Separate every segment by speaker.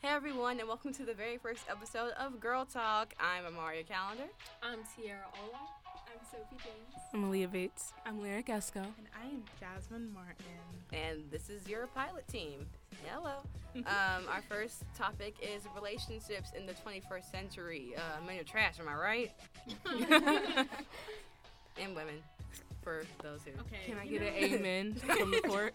Speaker 1: Hey everyone, and welcome to the very first episode of Girl Talk. I'm Amaria Calendar.
Speaker 2: I'm Sierra Ola. I'm Sophie James.
Speaker 3: I'm Aaliyah Bates.
Speaker 4: I'm Lyric Esco.
Speaker 5: And I am Jasmine Martin.
Speaker 1: and this is your pilot team. Hello. um, our first topic is relationships in the 21st century. Uh, men are trash, am I right? and women, for those who
Speaker 5: Okay.
Speaker 3: Can I
Speaker 5: you
Speaker 3: get an
Speaker 5: know,
Speaker 3: amen from the court?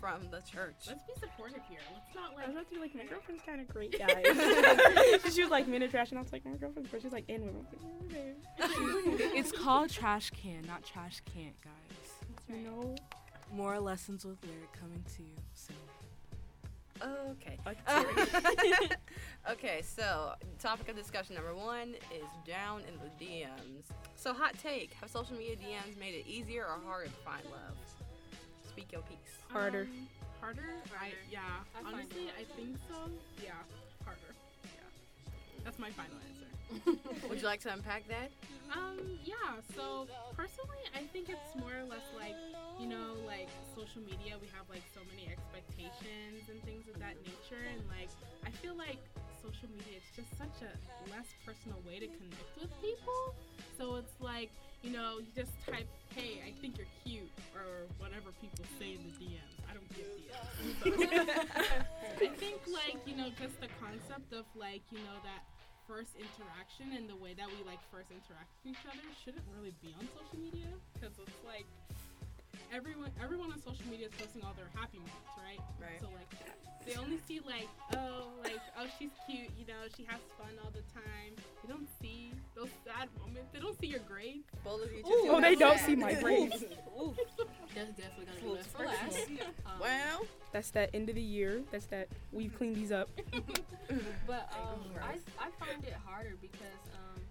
Speaker 1: from the church.
Speaker 5: Let's be supportive here. Let's not
Speaker 4: I
Speaker 5: like.
Speaker 4: was about to be like, my girlfriend's kind of great, guys. she was like, men are trash, and I was like, my girlfriend's great. She's like, and women. I was like, okay.
Speaker 3: it's called Trash Can, not Trash Can't, guys.
Speaker 4: You know,
Speaker 3: More lessons with lyric coming to you soon.
Speaker 1: Okay.
Speaker 4: like,
Speaker 1: okay, so topic of discussion number one is down in the DMs. So, hot take have social media DMs made it easier or harder to find love? Speak your piece.
Speaker 4: Harder.
Speaker 5: Um, harder? Right. Yeah.
Speaker 2: I find
Speaker 5: Honestly,
Speaker 2: it
Speaker 5: I think so. Yeah. Harder. Yeah. That's my final answer.
Speaker 1: Would you like to unpack that?
Speaker 5: Um, yeah, so personally, I think it's more or less like, you know, like social media, we have like so many expectations and things of that nature. And like, I feel like social media is just such a less personal way to connect with people. So it's like, you know, you just type, hey, I think you're cute, or whatever people say in the DMs. I don't get DMs. So, I think, like, you know, just the concept of like, you know, that first interaction and the way that we like first interact with each other shouldn't really be on social media because it's like everyone everyone on social media is posting all their happy moments, right?
Speaker 1: Right.
Speaker 5: So like they only see like oh like oh she's cute, you know she has fun all the time. They don't see those sad moments. They don't see your grades.
Speaker 1: Both of you
Speaker 5: Ooh,
Speaker 1: two
Speaker 5: oh,
Speaker 4: they
Speaker 1: have
Speaker 4: don't
Speaker 1: sad.
Speaker 4: see my braids.
Speaker 2: That's definitely gonna be left for last. Um,
Speaker 1: Well,
Speaker 4: That's that end of the year. That's that, we've cleaned these up.
Speaker 2: But um, I,
Speaker 1: Gross.
Speaker 2: I find it harder because um,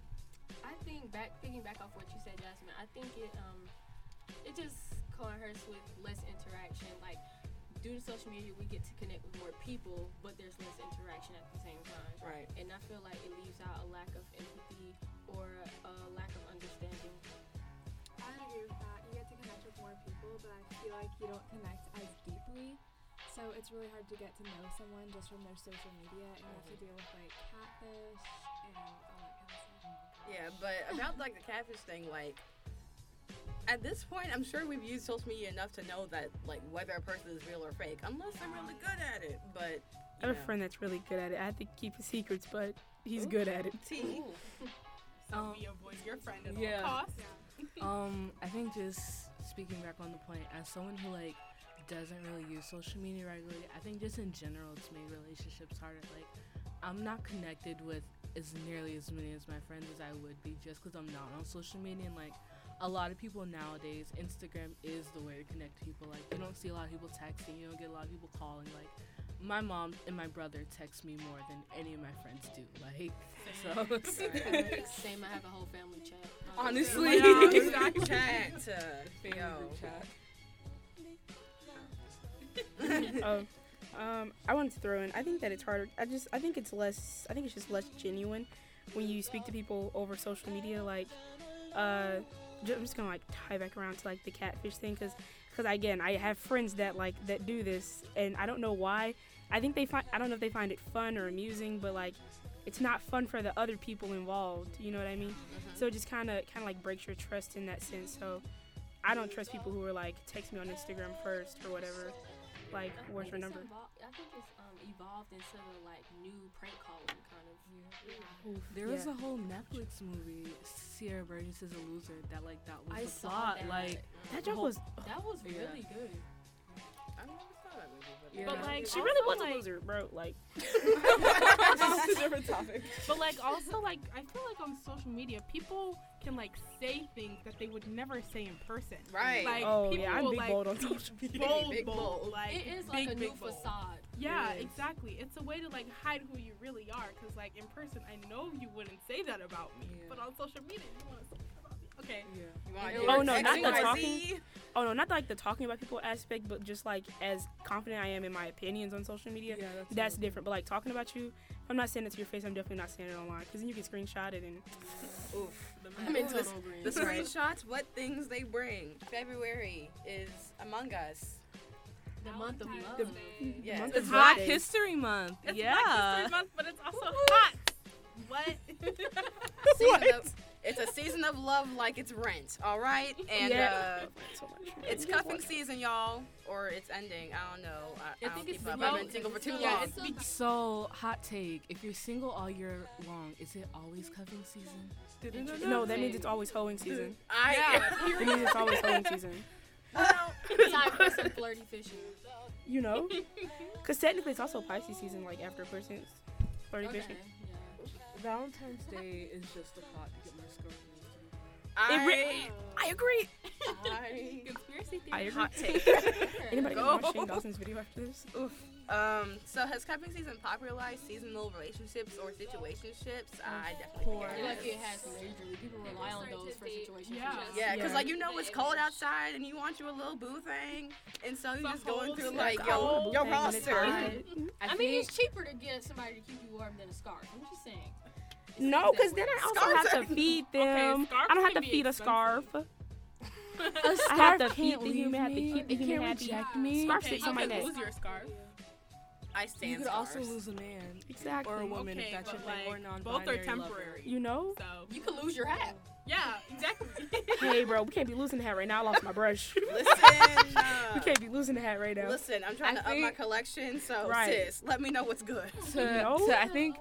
Speaker 2: I think back thinking back off what you said, Jasmine. I think it um, it just coerces with less interaction. Like due to social media, we get to connect with more people, but there's less interaction at the same time.
Speaker 1: right.
Speaker 2: And I feel like it leaves out a lack of empathy or a lack of understanding.
Speaker 6: I would agree with that. You get to connect with more people, but I feel like you don't connect as deeply. So it's really hard to get to know someone just from their social media, and you have to deal with like catfish and all that kind of stuff.
Speaker 1: Yeah, but about like the catfish thing, like at this point, I'm sure we've used social media enough to know that like whether a person is real or fake, unless they're really good at it. But you
Speaker 4: I have
Speaker 1: know.
Speaker 4: a friend that's really good at it. I have to keep his secrets, but he's good at it.
Speaker 1: T. E
Speaker 5: So
Speaker 3: Um,
Speaker 5: we avoid your friend at
Speaker 3: yeah.
Speaker 5: all costs.
Speaker 3: Um, I think just speaking back on the point, as someone who like doesn't really use social media regularly, I think just in general it's made relationships harder. Like I'm not connected with as nearly as many as my friends as I would be just because I'm not on social media and like a lot of people nowadays, Instagram is the way to connect to people. Like you don't see a lot of people texting, you don't get a lot of people calling. Like my mom and my brother text me more than any of my friends do. Like so
Speaker 2: uh, Same, I have a whole family chat. Um,
Speaker 3: Honestly.
Speaker 1: Wow, Snapchat. uh, yo.
Speaker 4: Oh, um, I wanted to throw in. I think that it's harder. I just, I think it's less. I think it's just less genuine when you speak to people over social media. Like, uh, ju- I'm just gonna like tie back around to like the catfish thing, cause, 'cause, again, I have friends that like that do this, and I don't know why. I think they find. I don't know if they find it fun or amusing, but like, it's not fun for the other people involved. You know what I mean? So it just kind of, kind of like breaks your trust in that sense. So. I don't trust people who are like text me on Instagram first or whatever. Like,
Speaker 2: I
Speaker 4: where's
Speaker 2: think
Speaker 4: your
Speaker 2: it's
Speaker 4: number?
Speaker 2: evol- I think it's um, evolved into the like new prank calling kind of.
Speaker 3: There was
Speaker 4: Yeah.
Speaker 3: a whole Netflix movie, Sierra Burgess is a loser, that like that was
Speaker 2: I
Speaker 3: the
Speaker 2: saw
Speaker 3: plot.
Speaker 2: that.
Speaker 3: Like
Speaker 4: That
Speaker 3: the
Speaker 4: joke
Speaker 3: whole-
Speaker 4: was.
Speaker 2: um, That was
Speaker 3: Yeah.
Speaker 2: really good.
Speaker 1: I never saw that movie.
Speaker 3: Yeah.
Speaker 5: But
Speaker 3: Yeah.
Speaker 5: like,
Speaker 4: She really was
Speaker 5: also,
Speaker 4: a
Speaker 5: like,
Speaker 4: loser, bro. Like,
Speaker 6: It's a different topic.
Speaker 5: But like also like I feel like on social media people can like say things that they would never say in person.
Speaker 1: Right.
Speaker 5: Like
Speaker 4: oh
Speaker 5: people
Speaker 4: yeah, I'm
Speaker 5: will,
Speaker 4: big
Speaker 5: like,
Speaker 4: bold on social media.
Speaker 5: bold,
Speaker 1: Big
Speaker 5: bold,
Speaker 1: bold.
Speaker 5: like
Speaker 2: It is like
Speaker 5: big,
Speaker 2: a new
Speaker 5: big bold.
Speaker 2: facade.
Speaker 5: Yeah,
Speaker 3: It is.
Speaker 5: exactly. It's a way to like hide who you really are, because like in person, I know you wouldn't say that about me,
Speaker 3: Yeah.
Speaker 5: but on social media, you want to say that about me. Okay.
Speaker 3: yeah.
Speaker 1: You wanna
Speaker 2: Oh,
Speaker 1: hear
Speaker 4: no,
Speaker 1: X,
Speaker 4: not the
Speaker 1: Y,
Speaker 4: talking.
Speaker 1: Z?
Speaker 4: Oh no, not like the talking about people aspect, but just like as confident I am in my opinions on social media,
Speaker 3: that's,
Speaker 4: that's different. But like talking about you, if I'm not saying it to your face. I'm definitely not saying it online, cause then you can screenshot it and
Speaker 1: Oof.
Speaker 2: I'm into
Speaker 1: this-
Speaker 2: green.
Speaker 1: The screenshots, what things they bring. February is Among Us.
Speaker 2: The month of love.
Speaker 6: Valentine's
Speaker 2: The-
Speaker 6: Day.
Speaker 1: Yeah.
Speaker 4: Month
Speaker 3: It's
Speaker 4: of
Speaker 3: Black
Speaker 4: birthdays.
Speaker 3: History Month.
Speaker 5: It's
Speaker 3: yeah.
Speaker 5: Black History Month, but it's also hot. What?
Speaker 1: Season of- it's a season of love like it's rent, all right? And uh,
Speaker 4: So much.
Speaker 1: it's cuffing season, y'all, or it's ending. I don't know. I, I, don't
Speaker 2: I think
Speaker 1: keep
Speaker 2: it's
Speaker 1: up.
Speaker 2: well,
Speaker 1: I've been single for too
Speaker 2: yeah,
Speaker 1: long.
Speaker 2: it's be-
Speaker 3: So, hot take. If you're single all year long, is it always cuffing season?
Speaker 4: No, that means it's always hoeing season.
Speaker 1: I
Speaker 4: That means it's always hoeing season.
Speaker 2: time for some flirty fishing.
Speaker 4: You know? Because technically it's also Pisces season, like after Christmas. Flirty
Speaker 2: Okay.
Speaker 4: fishing.
Speaker 2: Yeah.
Speaker 3: Valentine's Day is just a plot to get more scorpions.
Speaker 1: I,
Speaker 4: I agree.
Speaker 1: I,
Speaker 2: Conspiracy
Speaker 4: I
Speaker 2: theory.
Speaker 4: agree.
Speaker 1: hot take.
Speaker 4: Anybody
Speaker 1: Go.
Speaker 4: gonna watch Shane Dawson's video after this?
Speaker 1: Oof. Um, so has cuffing season popularized seasonal relationships or situationships? I definitely
Speaker 3: course.
Speaker 2: I feel like
Speaker 1: think
Speaker 2: it
Speaker 1: it
Speaker 2: has majorly. People rely on those for situations.
Speaker 5: Yeah.
Speaker 2: just-
Speaker 1: Yeah, because
Speaker 4: Yeah.
Speaker 1: like you know it's cold outside and you want you a little boo thing, and so
Speaker 5: It's
Speaker 1: you're
Speaker 5: a
Speaker 1: just going
Speaker 5: whole
Speaker 1: through
Speaker 5: set
Speaker 1: like
Speaker 5: of
Speaker 1: your
Speaker 5: whole
Speaker 1: your
Speaker 5: thing when
Speaker 4: it's
Speaker 1: roster.
Speaker 4: hot.
Speaker 3: I,
Speaker 2: I
Speaker 3: think
Speaker 2: mean, it's cheaper to get somebody to keep you warm than a scarf. I'm just saying. It seems
Speaker 4: No,
Speaker 2: that
Speaker 4: because
Speaker 2: way.
Speaker 4: then I also
Speaker 1: Scarves
Speaker 4: have
Speaker 1: are-
Speaker 4: to feed them.
Speaker 5: scarves
Speaker 4: I don't
Speaker 5: can
Speaker 4: have to
Speaker 5: be
Speaker 4: feed a scarf.
Speaker 5: expensive.
Speaker 3: a
Speaker 4: I
Speaker 3: scarf
Speaker 4: have to feed
Speaker 3: can't
Speaker 4: the
Speaker 3: leave
Speaker 4: human, I have to
Speaker 3: me.
Speaker 4: keep the
Speaker 3: it
Speaker 4: human
Speaker 3: can't
Speaker 4: happy.
Speaker 3: reject me.
Speaker 4: Scarf
Speaker 5: Okay,
Speaker 4: sits on
Speaker 5: you
Speaker 4: my
Speaker 5: could
Speaker 4: neck.
Speaker 5: lose your scarf.
Speaker 1: I
Speaker 3: You
Speaker 1: stand.
Speaker 3: could also
Speaker 1: scarves.
Speaker 3: lose a man
Speaker 4: Exactly.
Speaker 3: or a woman
Speaker 5: Okay,
Speaker 3: if that's your
Speaker 5: but,
Speaker 3: thing, or
Speaker 5: like,
Speaker 3: non
Speaker 5: both are temporary.
Speaker 4: You know?
Speaker 5: So
Speaker 2: You could lose your hat.
Speaker 5: yeah, exactly.
Speaker 4: Hey, bro, we can't be losing the hat right now. I lost my brush.
Speaker 1: Listen, uh,
Speaker 4: we can't be losing the hat right now.
Speaker 1: listen. I'm trying to
Speaker 3: I
Speaker 1: up my
Speaker 3: think-
Speaker 1: collection, so
Speaker 4: Right.
Speaker 1: sis, let me know what's good.
Speaker 3: To,
Speaker 4: No.
Speaker 3: to- I think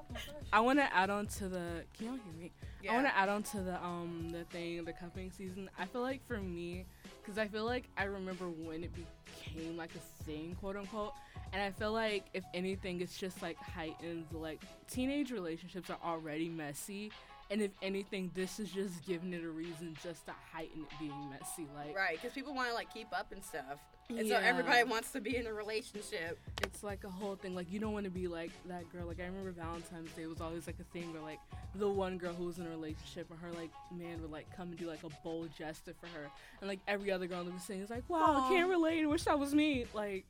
Speaker 3: I want to add on to the. Can y'all hear me? I want
Speaker 1: Yeah.
Speaker 3: to add on to the um the thing the cuffing season. I feel like for me, because I feel like I remember when it became like a thing, quote unquote. And I feel like if anything, it's just like heightened. Like teenage relationships are already messy, and if anything, this is just giving it a reason just to heighten it being messy. Like
Speaker 1: Right, because people want to like keep up and stuff, and
Speaker 3: Yeah.
Speaker 1: so everybody wants to be in a relationship.
Speaker 3: it's like a whole thing. Like you don't want to be like that girl. Like I remember Valentine's Day was always like a thing where like the one girl who was in a relationship and her like man would like come and do like a bold gesture for her, and like every other girl in the vicinity is like,
Speaker 4: Oh,
Speaker 3: wow, I can't relate. I wish that was me. Like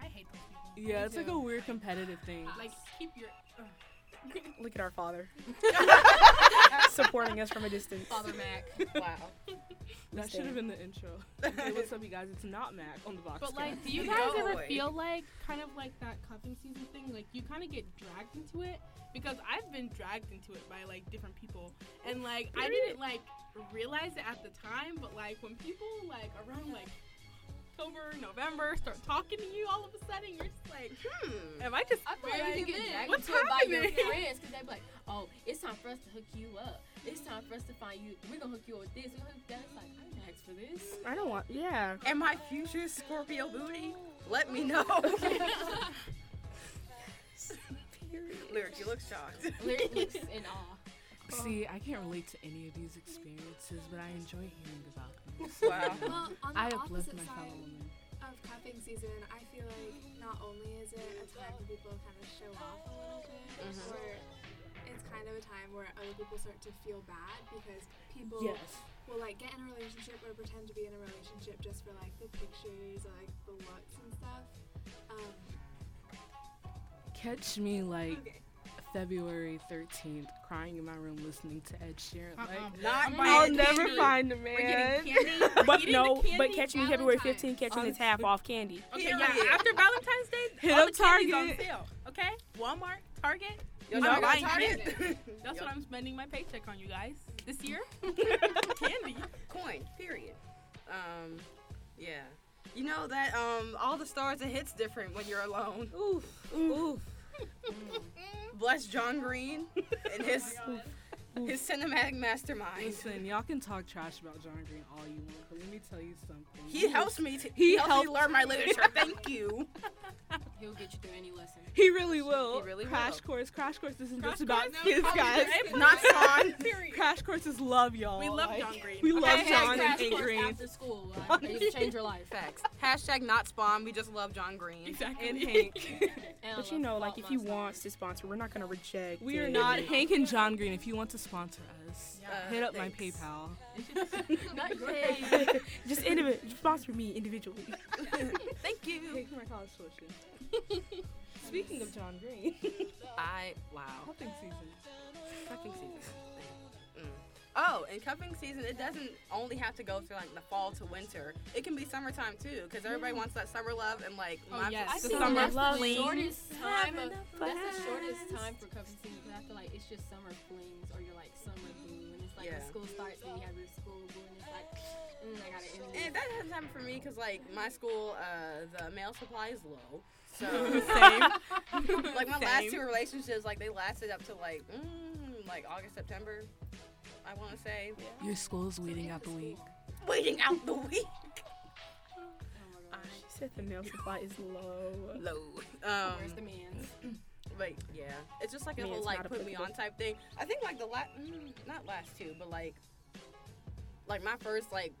Speaker 5: I hate those people.
Speaker 3: yeah, it's like a weird competitive thing.
Speaker 5: Like keep your. Ugh.
Speaker 4: Look at our father. Supporting us from a distance.
Speaker 2: Father Mac.
Speaker 1: Wow.
Speaker 3: that should have been the intro. hey, what's up, you guys? It's not Mac on the box.
Speaker 5: But like, do you
Speaker 1: No
Speaker 5: guys
Speaker 3: oh,
Speaker 5: ever
Speaker 1: way.
Speaker 5: feel like kind of like that cuffing season thing? Like you kind of get dragged into it because I've been dragged into it by like different people, and like I didn't like realize it at the time, but like when people like around like October, November start talking to you, all of a sudden you're just like,
Speaker 1: Hmm.
Speaker 5: am I just
Speaker 2: I feel like you
Speaker 5: dragged
Speaker 2: can get
Speaker 5: in?
Speaker 2: dragged
Speaker 5: What's
Speaker 2: into it by your
Speaker 5: happening?
Speaker 2: friends because they be like, oh, it's time for us to hook you up. It's time for us to find you. We're going to hook you up with this. We're going to hook you up. It's like, I didn't ask for this.
Speaker 4: I don't want. Yeah.
Speaker 1: Am I future Scorpio booty? Let me know. Lyric, you look shocked.
Speaker 2: Lyric looks in awe.
Speaker 3: see, I can't relate to any of these experiences, but I enjoy hearing about them.
Speaker 1: Wow.
Speaker 6: Well, on the
Speaker 3: I uplift
Speaker 6: opposite
Speaker 3: my fellow
Speaker 6: side
Speaker 3: women.
Speaker 6: of cuffing season, I feel like not only is it a time for people to kind of show off a little bit,
Speaker 1: Mhm.
Speaker 2: Mm-hmm.
Speaker 6: or it's kind of a time where other people start to feel bad because people
Speaker 3: Yes.
Speaker 6: will like get in a relationship or pretend to be in a relationship just for like the pictures or like the looks and stuff. Um,
Speaker 3: Catch me like
Speaker 6: okay.
Speaker 3: February 13th, crying in my room listening to Ed Sheeran.
Speaker 5: Uh-uh.
Speaker 3: Like,
Speaker 1: Not
Speaker 5: I'm
Speaker 1: by
Speaker 5: all
Speaker 1: a
Speaker 4: I'll
Speaker 5: getting
Speaker 4: never
Speaker 5: candy.
Speaker 4: find a
Speaker 5: We're getting
Speaker 4: man.
Speaker 5: candy. We're
Speaker 4: But
Speaker 5: eating
Speaker 4: no,
Speaker 5: the candy.
Speaker 4: but catch me February
Speaker 6: Valentine's.
Speaker 4: 15, catching
Speaker 3: Honest-
Speaker 4: it's half off candy.
Speaker 5: Okay, yeah.
Speaker 1: Period.
Speaker 5: After Valentine's Day,
Speaker 3: Hit
Speaker 5: all
Speaker 3: up
Speaker 5: the candy's on
Speaker 3: Target.
Speaker 5: sale. Okay, Walmart, Target.
Speaker 1: Yo,
Speaker 5: I'm
Speaker 1: y'all got
Speaker 5: buying
Speaker 1: Target?
Speaker 5: That's
Speaker 1: Yup.
Speaker 5: what I'm spending my paycheck on, you guys. This year, candy.
Speaker 1: Coin. Period. Um, yeah. You know that um, all the stars it hits different when you're alone.
Speaker 3: oof, oof.
Speaker 1: Bless John Green and his
Speaker 3: Oh
Speaker 1: his cinematic mastermind.
Speaker 3: Listen, y'all can talk trash about John Green all you want, but let me tell you something.
Speaker 1: He helps me. To,
Speaker 3: He
Speaker 1: he, helps
Speaker 3: helped.
Speaker 1: me learn my literature. Thank you.
Speaker 2: He'll get you through any lesson.
Speaker 3: He really will.
Speaker 1: He really
Speaker 3: Crash
Speaker 1: will.
Speaker 3: course. Crash course isn't
Speaker 5: Crash
Speaker 3: just about
Speaker 5: Course, no,
Speaker 3: kids,
Speaker 5: probably
Speaker 3: guys.
Speaker 5: just-
Speaker 1: Not Sean.
Speaker 3: Crash course is love, y'all.
Speaker 5: We love
Speaker 3: Like,
Speaker 5: John Green.
Speaker 3: We love
Speaker 2: Hashtag
Speaker 3: John
Speaker 2: crash
Speaker 3: and
Speaker 2: course
Speaker 3: Green.
Speaker 2: After school, like, it'll change your life.
Speaker 1: Facts. Hashtag not spawn. We just love John Green.
Speaker 5: Exactly.
Speaker 3: And Hank.
Speaker 2: And I
Speaker 4: But you
Speaker 2: love
Speaker 4: know,
Speaker 2: Fault
Speaker 4: like if
Speaker 2: in
Speaker 4: you
Speaker 2: My Stars.
Speaker 4: want to sponsor, we're not gonna reject.
Speaker 3: We are
Speaker 4: it.
Speaker 3: not Hank and John Green. If you want to sponsor us,
Speaker 1: Yeah.
Speaker 3: hit up my
Speaker 1: Thanks.
Speaker 3: PayPal.
Speaker 2: Not your
Speaker 4: Just indivi- sponsor me individually.
Speaker 1: Thank you.
Speaker 3: for my college tuition. Speaking of John Green,
Speaker 1: I wow.
Speaker 3: cuffing season.
Speaker 1: Fucking season. Mm. Oh, in cuffing season, it doesn't only have to go through like the fall to winter. It can be summertime too, because everybody wants that summer love and like
Speaker 5: Oh,
Speaker 1: lots of
Speaker 5: yes. I
Speaker 2: I
Speaker 5: The
Speaker 2: think
Speaker 5: summer
Speaker 2: that's the
Speaker 5: fling.
Speaker 2: shortest time of,
Speaker 4: Having a
Speaker 2: that's the shortest
Speaker 4: blast.
Speaker 2: time for cuffing season because I feel like it's just summer flings or you're like summer blue and it's like
Speaker 1: Yeah.
Speaker 2: when school starts and you have your school blue and it's like mm, I gotta end
Speaker 1: And
Speaker 2: this.
Speaker 1: that hasn't happened for me because, like, my school, uh, the male supply is low. So, like, my last two relationships, like, they lasted up to, like, mm, like August, September, I want to say.
Speaker 3: Your school's weeding out the week.
Speaker 1: Waiting out the week.
Speaker 2: Oh my gosh.
Speaker 4: She said the male supply is low.
Speaker 1: Low. Um,
Speaker 2: Where's the man's?
Speaker 1: but, yeah. It's just like a
Speaker 4: I mean,
Speaker 1: whole,
Speaker 4: it's
Speaker 1: like,
Speaker 4: not
Speaker 1: put me on
Speaker 4: applicable.
Speaker 1: type thing. I think, like, the last, mm, not last two, but, like, like, my first, like,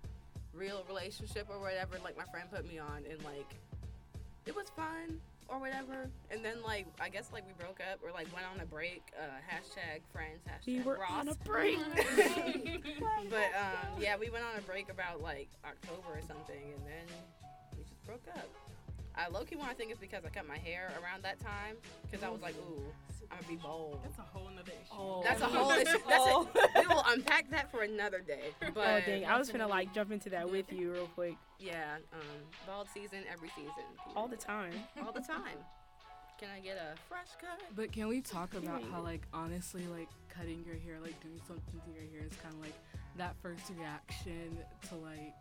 Speaker 1: real relationship or whatever, like, my friend put me on, and, like, it was fun or whatever. And then like I guess like we broke up or like went on a break. Uh, hashtag friends. Hashtag
Speaker 4: We were
Speaker 1: Ross.
Speaker 4: on a break.
Speaker 1: but um, yeah, we went on a break about like October or something, and then we just broke up. I low key want to think it's because I cut my hair around that time because I was like, ooh, I'm gonna be bold.
Speaker 5: That's a whole nother issue.
Speaker 1: That's a whole issue. That's
Speaker 3: Oh.
Speaker 1: it. We will unpack that for another day. But
Speaker 4: oh dang! I was gonna like jump into that with you real quick.
Speaker 1: yeah, um, bald season every season.
Speaker 4: All the time.
Speaker 1: All the time. Can I get a fresh cut?
Speaker 3: But can we talk about how, like, honestly, like, cutting your hair, like, doing something to your hair is kind of like that first reaction to, like,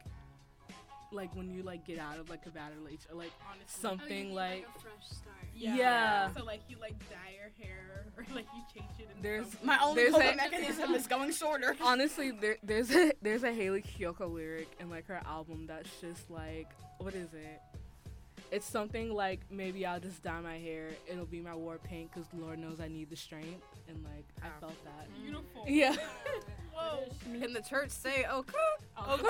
Speaker 3: like when you like get out of like a bad relationship, or, like
Speaker 5: Honestly.
Speaker 6: Oh,
Speaker 3: something like
Speaker 6: a fresh start.
Speaker 3: Yeah.
Speaker 5: So like you like dye your hair or like you change it. In
Speaker 3: There's-
Speaker 5: some-
Speaker 1: My only
Speaker 3: There's
Speaker 1: coping
Speaker 3: a-
Speaker 1: mechanism is going shorter.
Speaker 3: honestly there, there's a there's a Haley Kyoko lyric in like her album that's just like what is it? It's something like maybe I'll just dye my hair. It'll be my war paint because Lord knows I need the strength and like I
Speaker 1: Wow.
Speaker 3: felt that.
Speaker 5: beautiful.
Speaker 3: Yeah.
Speaker 5: Whoa.
Speaker 1: Can the church say "Oh, okay?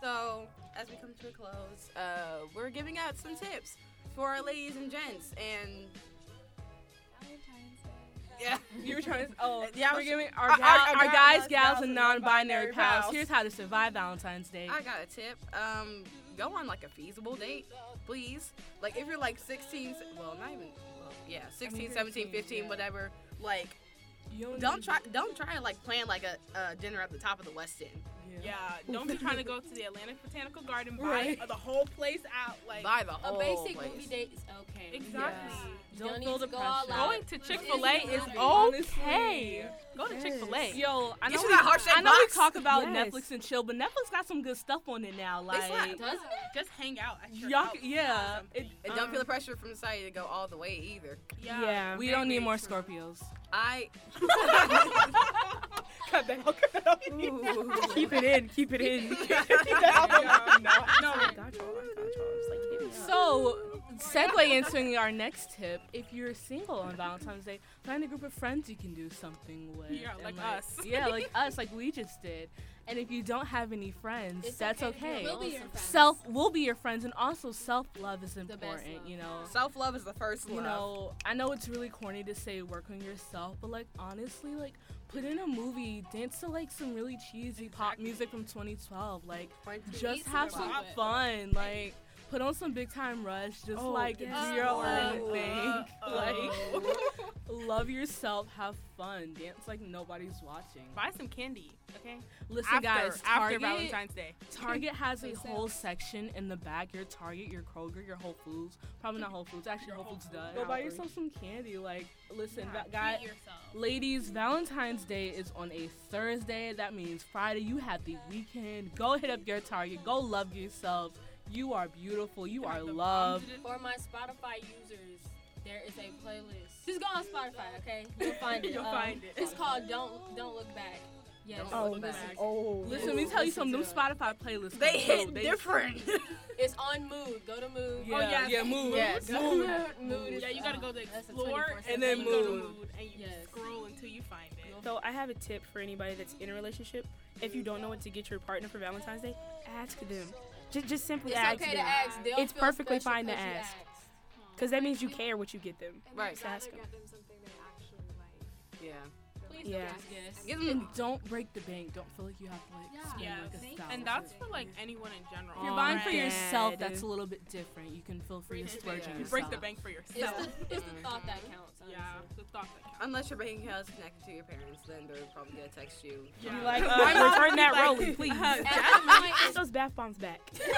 Speaker 1: so, as we come to a close, uh, we're giving out some tips for our ladies and gents. And
Speaker 6: Valentine's Day.
Speaker 1: yeah,
Speaker 3: You were trying to. Oh,
Speaker 1: Yeah, I
Speaker 3: we're
Speaker 1: was-
Speaker 3: giving our,
Speaker 1: our-
Speaker 3: gal-
Speaker 1: our-
Speaker 3: our,
Speaker 1: our
Speaker 3: guys,
Speaker 1: gals,
Speaker 3: gals,
Speaker 1: gals,
Speaker 3: and
Speaker 1: and
Speaker 3: non-binary
Speaker 1: non-binary
Speaker 3: pals.
Speaker 1: pals.
Speaker 3: Here's how to survive Valentine's Day.
Speaker 1: I got a tip. Um, go on like a feasible date, please. Like if you're like 16, well, not even, well, yeah, 16, 17,
Speaker 3: 15,
Speaker 1: 15,
Speaker 3: yeah.
Speaker 1: whatever. Like,
Speaker 3: You
Speaker 1: don't
Speaker 3: need-
Speaker 1: try, don't try to like plan like a, a dinner at the top of the West End.
Speaker 5: Yeah. Don't be trying to go to the Atlantic Botanical Garden. Buy
Speaker 3: Right.
Speaker 5: the whole place out. Like
Speaker 1: Buy the
Speaker 2: A
Speaker 1: whole
Speaker 2: basic
Speaker 1: place.
Speaker 2: movie date is okay.
Speaker 5: exactly.
Speaker 2: You
Speaker 3: Don't
Speaker 2: don't need
Speaker 3: feel
Speaker 2: to
Speaker 3: the
Speaker 2: go all
Speaker 3: pressure.
Speaker 2: out.
Speaker 5: Going to
Speaker 2: Just
Speaker 5: Chick Fil A
Speaker 2: easy
Speaker 5: is
Speaker 2: movie.
Speaker 5: okay. Go to
Speaker 4: Yes.
Speaker 5: Chick Fil A.
Speaker 3: Yo, I
Speaker 1: Get you
Speaker 3: know, we,
Speaker 1: that heart-shaped
Speaker 3: I know we
Speaker 1: box.
Speaker 3: talk about
Speaker 4: Yes.
Speaker 3: Netflix and chill, but Netflix got some good stuff on it now. Like,
Speaker 1: slap.
Speaker 2: Does
Speaker 5: Just hang out at your
Speaker 3: y'all,
Speaker 5: house.
Speaker 3: yeah, it,
Speaker 1: And
Speaker 3: um,
Speaker 1: don't feel the pressure from society to go all the way either.
Speaker 5: Yeah.
Speaker 3: we don't need more Scorpios.
Speaker 1: I.
Speaker 4: Cut that out. Cut that out. Keep it in. Keep it in.
Speaker 5: Yeah,
Speaker 4: No, I
Speaker 5: no.
Speaker 4: got y'all. I got y'all. It's like hit me up.
Speaker 3: So, segue into our next tip: if you're single on Valentine's Day, find a group of friends you can do something with.
Speaker 5: Yeah,
Speaker 3: and,
Speaker 5: like us.
Speaker 3: yeah, like us, like we just did. And if you don't have any friends,
Speaker 2: It's
Speaker 3: that's
Speaker 2: okay to do
Speaker 3: okay.
Speaker 2: it alone sometimes.
Speaker 3: Self, we'll be your friends, and also self love is
Speaker 2: best
Speaker 3: important.
Speaker 2: love.
Speaker 3: You know.
Speaker 1: Self love is the first love.
Speaker 3: you know, I know it's really corny to say work on yourself, but like honestly, like put in a movie, dance to like some really cheesy pop music from 2012, like just
Speaker 2: Eat
Speaker 3: have
Speaker 2: some
Speaker 3: some
Speaker 2: chocolate.
Speaker 3: fun, like put on some big time rush, just
Speaker 4: Oh,
Speaker 3: like
Speaker 4: yes.
Speaker 3: do your
Speaker 2: Uh,
Speaker 3: own thing,
Speaker 5: Uh-oh.
Speaker 3: like love yourself, have fun, dance like nobody's watching.
Speaker 5: buy some candy, okay?
Speaker 3: Listen, guys, Target,
Speaker 5: after Valentine's Day.
Speaker 3: Target has a
Speaker 2: Wait, so-
Speaker 3: whole section in the back. Your Target, your Kroger, your Whole Foods. Probably not Whole Foods. Actually,
Speaker 5: Your
Speaker 3: Whole
Speaker 5: Whole
Speaker 3: Foods
Speaker 5: Foods.
Speaker 3: does. Go buy
Speaker 4: Outreach.
Speaker 3: yourself some candy. Like, listen,
Speaker 5: Yeah,
Speaker 3: that guy.
Speaker 5: treat yourself.
Speaker 3: Ladies, Valentine's Day is on a Thursday. That means Friday. You have the weekend. Go hit up your Target. Go love yourselves. You are beautiful. You are
Speaker 5: Like the
Speaker 3: loved.
Speaker 5: bums
Speaker 2: For my Spotify users, there is a playlist. Just go on Spotify, okay? You'll find it.
Speaker 5: You'll
Speaker 2: Um,
Speaker 5: find it.
Speaker 2: It's called Don't Don't Look Back. Yes.
Speaker 1: Don't
Speaker 4: Oh,
Speaker 1: Look
Speaker 4: this
Speaker 1: back.
Speaker 4: is old.
Speaker 3: Listen, let me
Speaker 2: Ooh,
Speaker 3: tell you
Speaker 2: listen
Speaker 3: something. Them
Speaker 2: to
Speaker 3: Spotify playlists.
Speaker 1: they
Speaker 3: come
Speaker 1: hit
Speaker 3: through. They-
Speaker 1: different.
Speaker 2: It's on Mood. Go to Mood.
Speaker 3: Yeah,
Speaker 5: Oh, yes.
Speaker 3: yeah, move.
Speaker 1: Yes.
Speaker 3: Move.
Speaker 2: Mood
Speaker 5: to-
Speaker 2: is,
Speaker 5: Yeah, you gotta
Speaker 2: um,
Speaker 5: go to
Speaker 2: that's a
Speaker 5: explore
Speaker 2: 24/7
Speaker 3: and then
Speaker 5: you go to
Speaker 3: move.
Speaker 5: mood and you
Speaker 2: Yes.
Speaker 5: scroll until you find it.
Speaker 4: So I have a tip for anybody that's in a relationship. If you don't know what to get your partner for Valentine's Day, ask them. Just, just simply
Speaker 2: It's
Speaker 4: ask
Speaker 2: okay to
Speaker 4: them.
Speaker 2: ask. They'll
Speaker 4: It's
Speaker 2: feel
Speaker 4: perfectly
Speaker 2: special
Speaker 4: fine to
Speaker 2: 'cause you
Speaker 4: ask.
Speaker 2: asked.
Speaker 4: Because that means you care what you get them.
Speaker 6: And
Speaker 1: Right.
Speaker 6: You'd
Speaker 4: So ask
Speaker 6: rather
Speaker 4: 'em.
Speaker 6: get them something they actually like.
Speaker 1: yeah.
Speaker 2: Please
Speaker 4: Yeah.
Speaker 2: don't ask. Yes.
Speaker 1: Give
Speaker 3: And
Speaker 1: them.
Speaker 3: don't break the bank. Don't feel like you have to like
Speaker 2: Yeah.
Speaker 3: spend
Speaker 5: Yeah.
Speaker 3: like a
Speaker 6: Thank
Speaker 3: thousand.
Speaker 5: And that's for like anyone in general.
Speaker 3: If you're buying for
Speaker 5: Right.
Speaker 3: yourself,
Speaker 4: Dad.
Speaker 3: that's a little bit different. You can feel free to
Speaker 5: Break the
Speaker 3: splurge
Speaker 1: bank.
Speaker 3: on
Speaker 1: You
Speaker 5: You
Speaker 3: yourself.
Speaker 5: break the bank for
Speaker 2: It's
Speaker 5: yourself.
Speaker 2: the, it's the thought that counts. Honestly.
Speaker 5: Yeah, the thought that counted.
Speaker 1: Unless your bank account is connected to your parents, then they're probably gonna text you.
Speaker 5: Yeah.
Speaker 4: Be like, uh,
Speaker 5: My mom
Speaker 4: return
Speaker 5: be
Speaker 4: that
Speaker 5: like,
Speaker 4: rolling, please.
Speaker 5: uh,
Speaker 2: At that point,
Speaker 4: Get those bath bombs back.
Speaker 2: it's-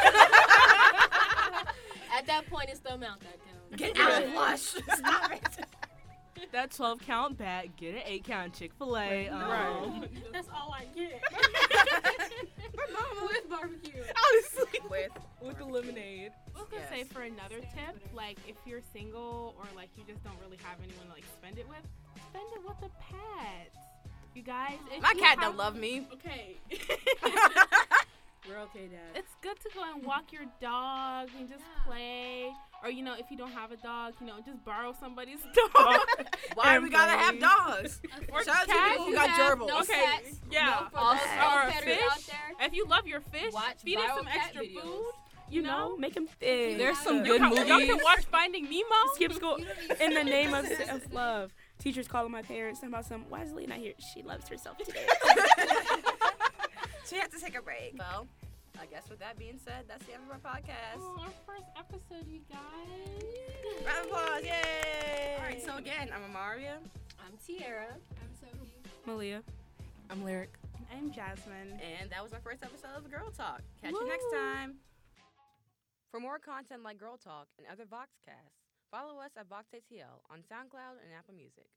Speaker 2: at that point, it's the amount that counts.
Speaker 1: Get out of lush. Stop it.
Speaker 3: That 12 count back, get an 8 count Chick fil A. Um,
Speaker 5: Right. That's all I get.
Speaker 2: Mama with barbecue.
Speaker 5: Honestly.
Speaker 1: With
Speaker 3: With the lemonade.
Speaker 5: I was gonna say
Speaker 1: Yes.
Speaker 5: for another
Speaker 6: Spend
Speaker 5: tip,
Speaker 6: Twitter.
Speaker 5: like if you're single or like you just don't really have anyone to like spend it with, spend it with a pet. You guys, if
Speaker 1: my
Speaker 5: you
Speaker 1: cat don't
Speaker 5: have-
Speaker 1: love me.
Speaker 5: Okay,
Speaker 3: We're okay, Dad.
Speaker 5: it's good to go and walk your dog and just
Speaker 6: Yeah.
Speaker 5: play, or you know if you don't have a dog, you know just borrow somebody's dog.
Speaker 1: Why we gotta have dogs?
Speaker 5: Or
Speaker 1: Shout out to
Speaker 5: cats.
Speaker 1: people who got
Speaker 2: have
Speaker 1: gerbils.
Speaker 2: No
Speaker 5: Okay,
Speaker 2: pets,
Speaker 5: yeah.
Speaker 2: No, for all all
Speaker 5: Or a
Speaker 2: petters out
Speaker 5: fish.
Speaker 2: there.
Speaker 5: If you love your fish,
Speaker 2: Watch
Speaker 5: feed it
Speaker 2: viral
Speaker 5: some
Speaker 2: cat
Speaker 5: extra
Speaker 2: videos.
Speaker 5: food.
Speaker 4: You
Speaker 5: You
Speaker 4: know,
Speaker 5: know,
Speaker 4: make them thin.
Speaker 6: There's some
Speaker 5: you
Speaker 6: good
Speaker 5: can, y'all can watch Finding Nemo.
Speaker 4: Skip school.
Speaker 6: You don't need
Speaker 4: In the name of
Speaker 6: services.
Speaker 4: self-love. Teachers calling my parents talking about some, why is Lee not here? She loves herself today.
Speaker 1: she had to take a break. Well, I guess with that being said, that's the end of our podcast.
Speaker 5: Oh, our first episode, you guys.
Speaker 1: Round of applause, yay! All right, so again, I'm Amaria,
Speaker 2: I'm Tiara.
Speaker 6: I'm Sophie.
Speaker 4: Malia.
Speaker 3: I'm Lyric.
Speaker 5: I'm Jasmine.
Speaker 1: and that was our first episode of Girl Talk. Catch you next time. For more content like Girl Talk and other Voxcasts, follow us at VoxATL on SoundCloud and Apple Music.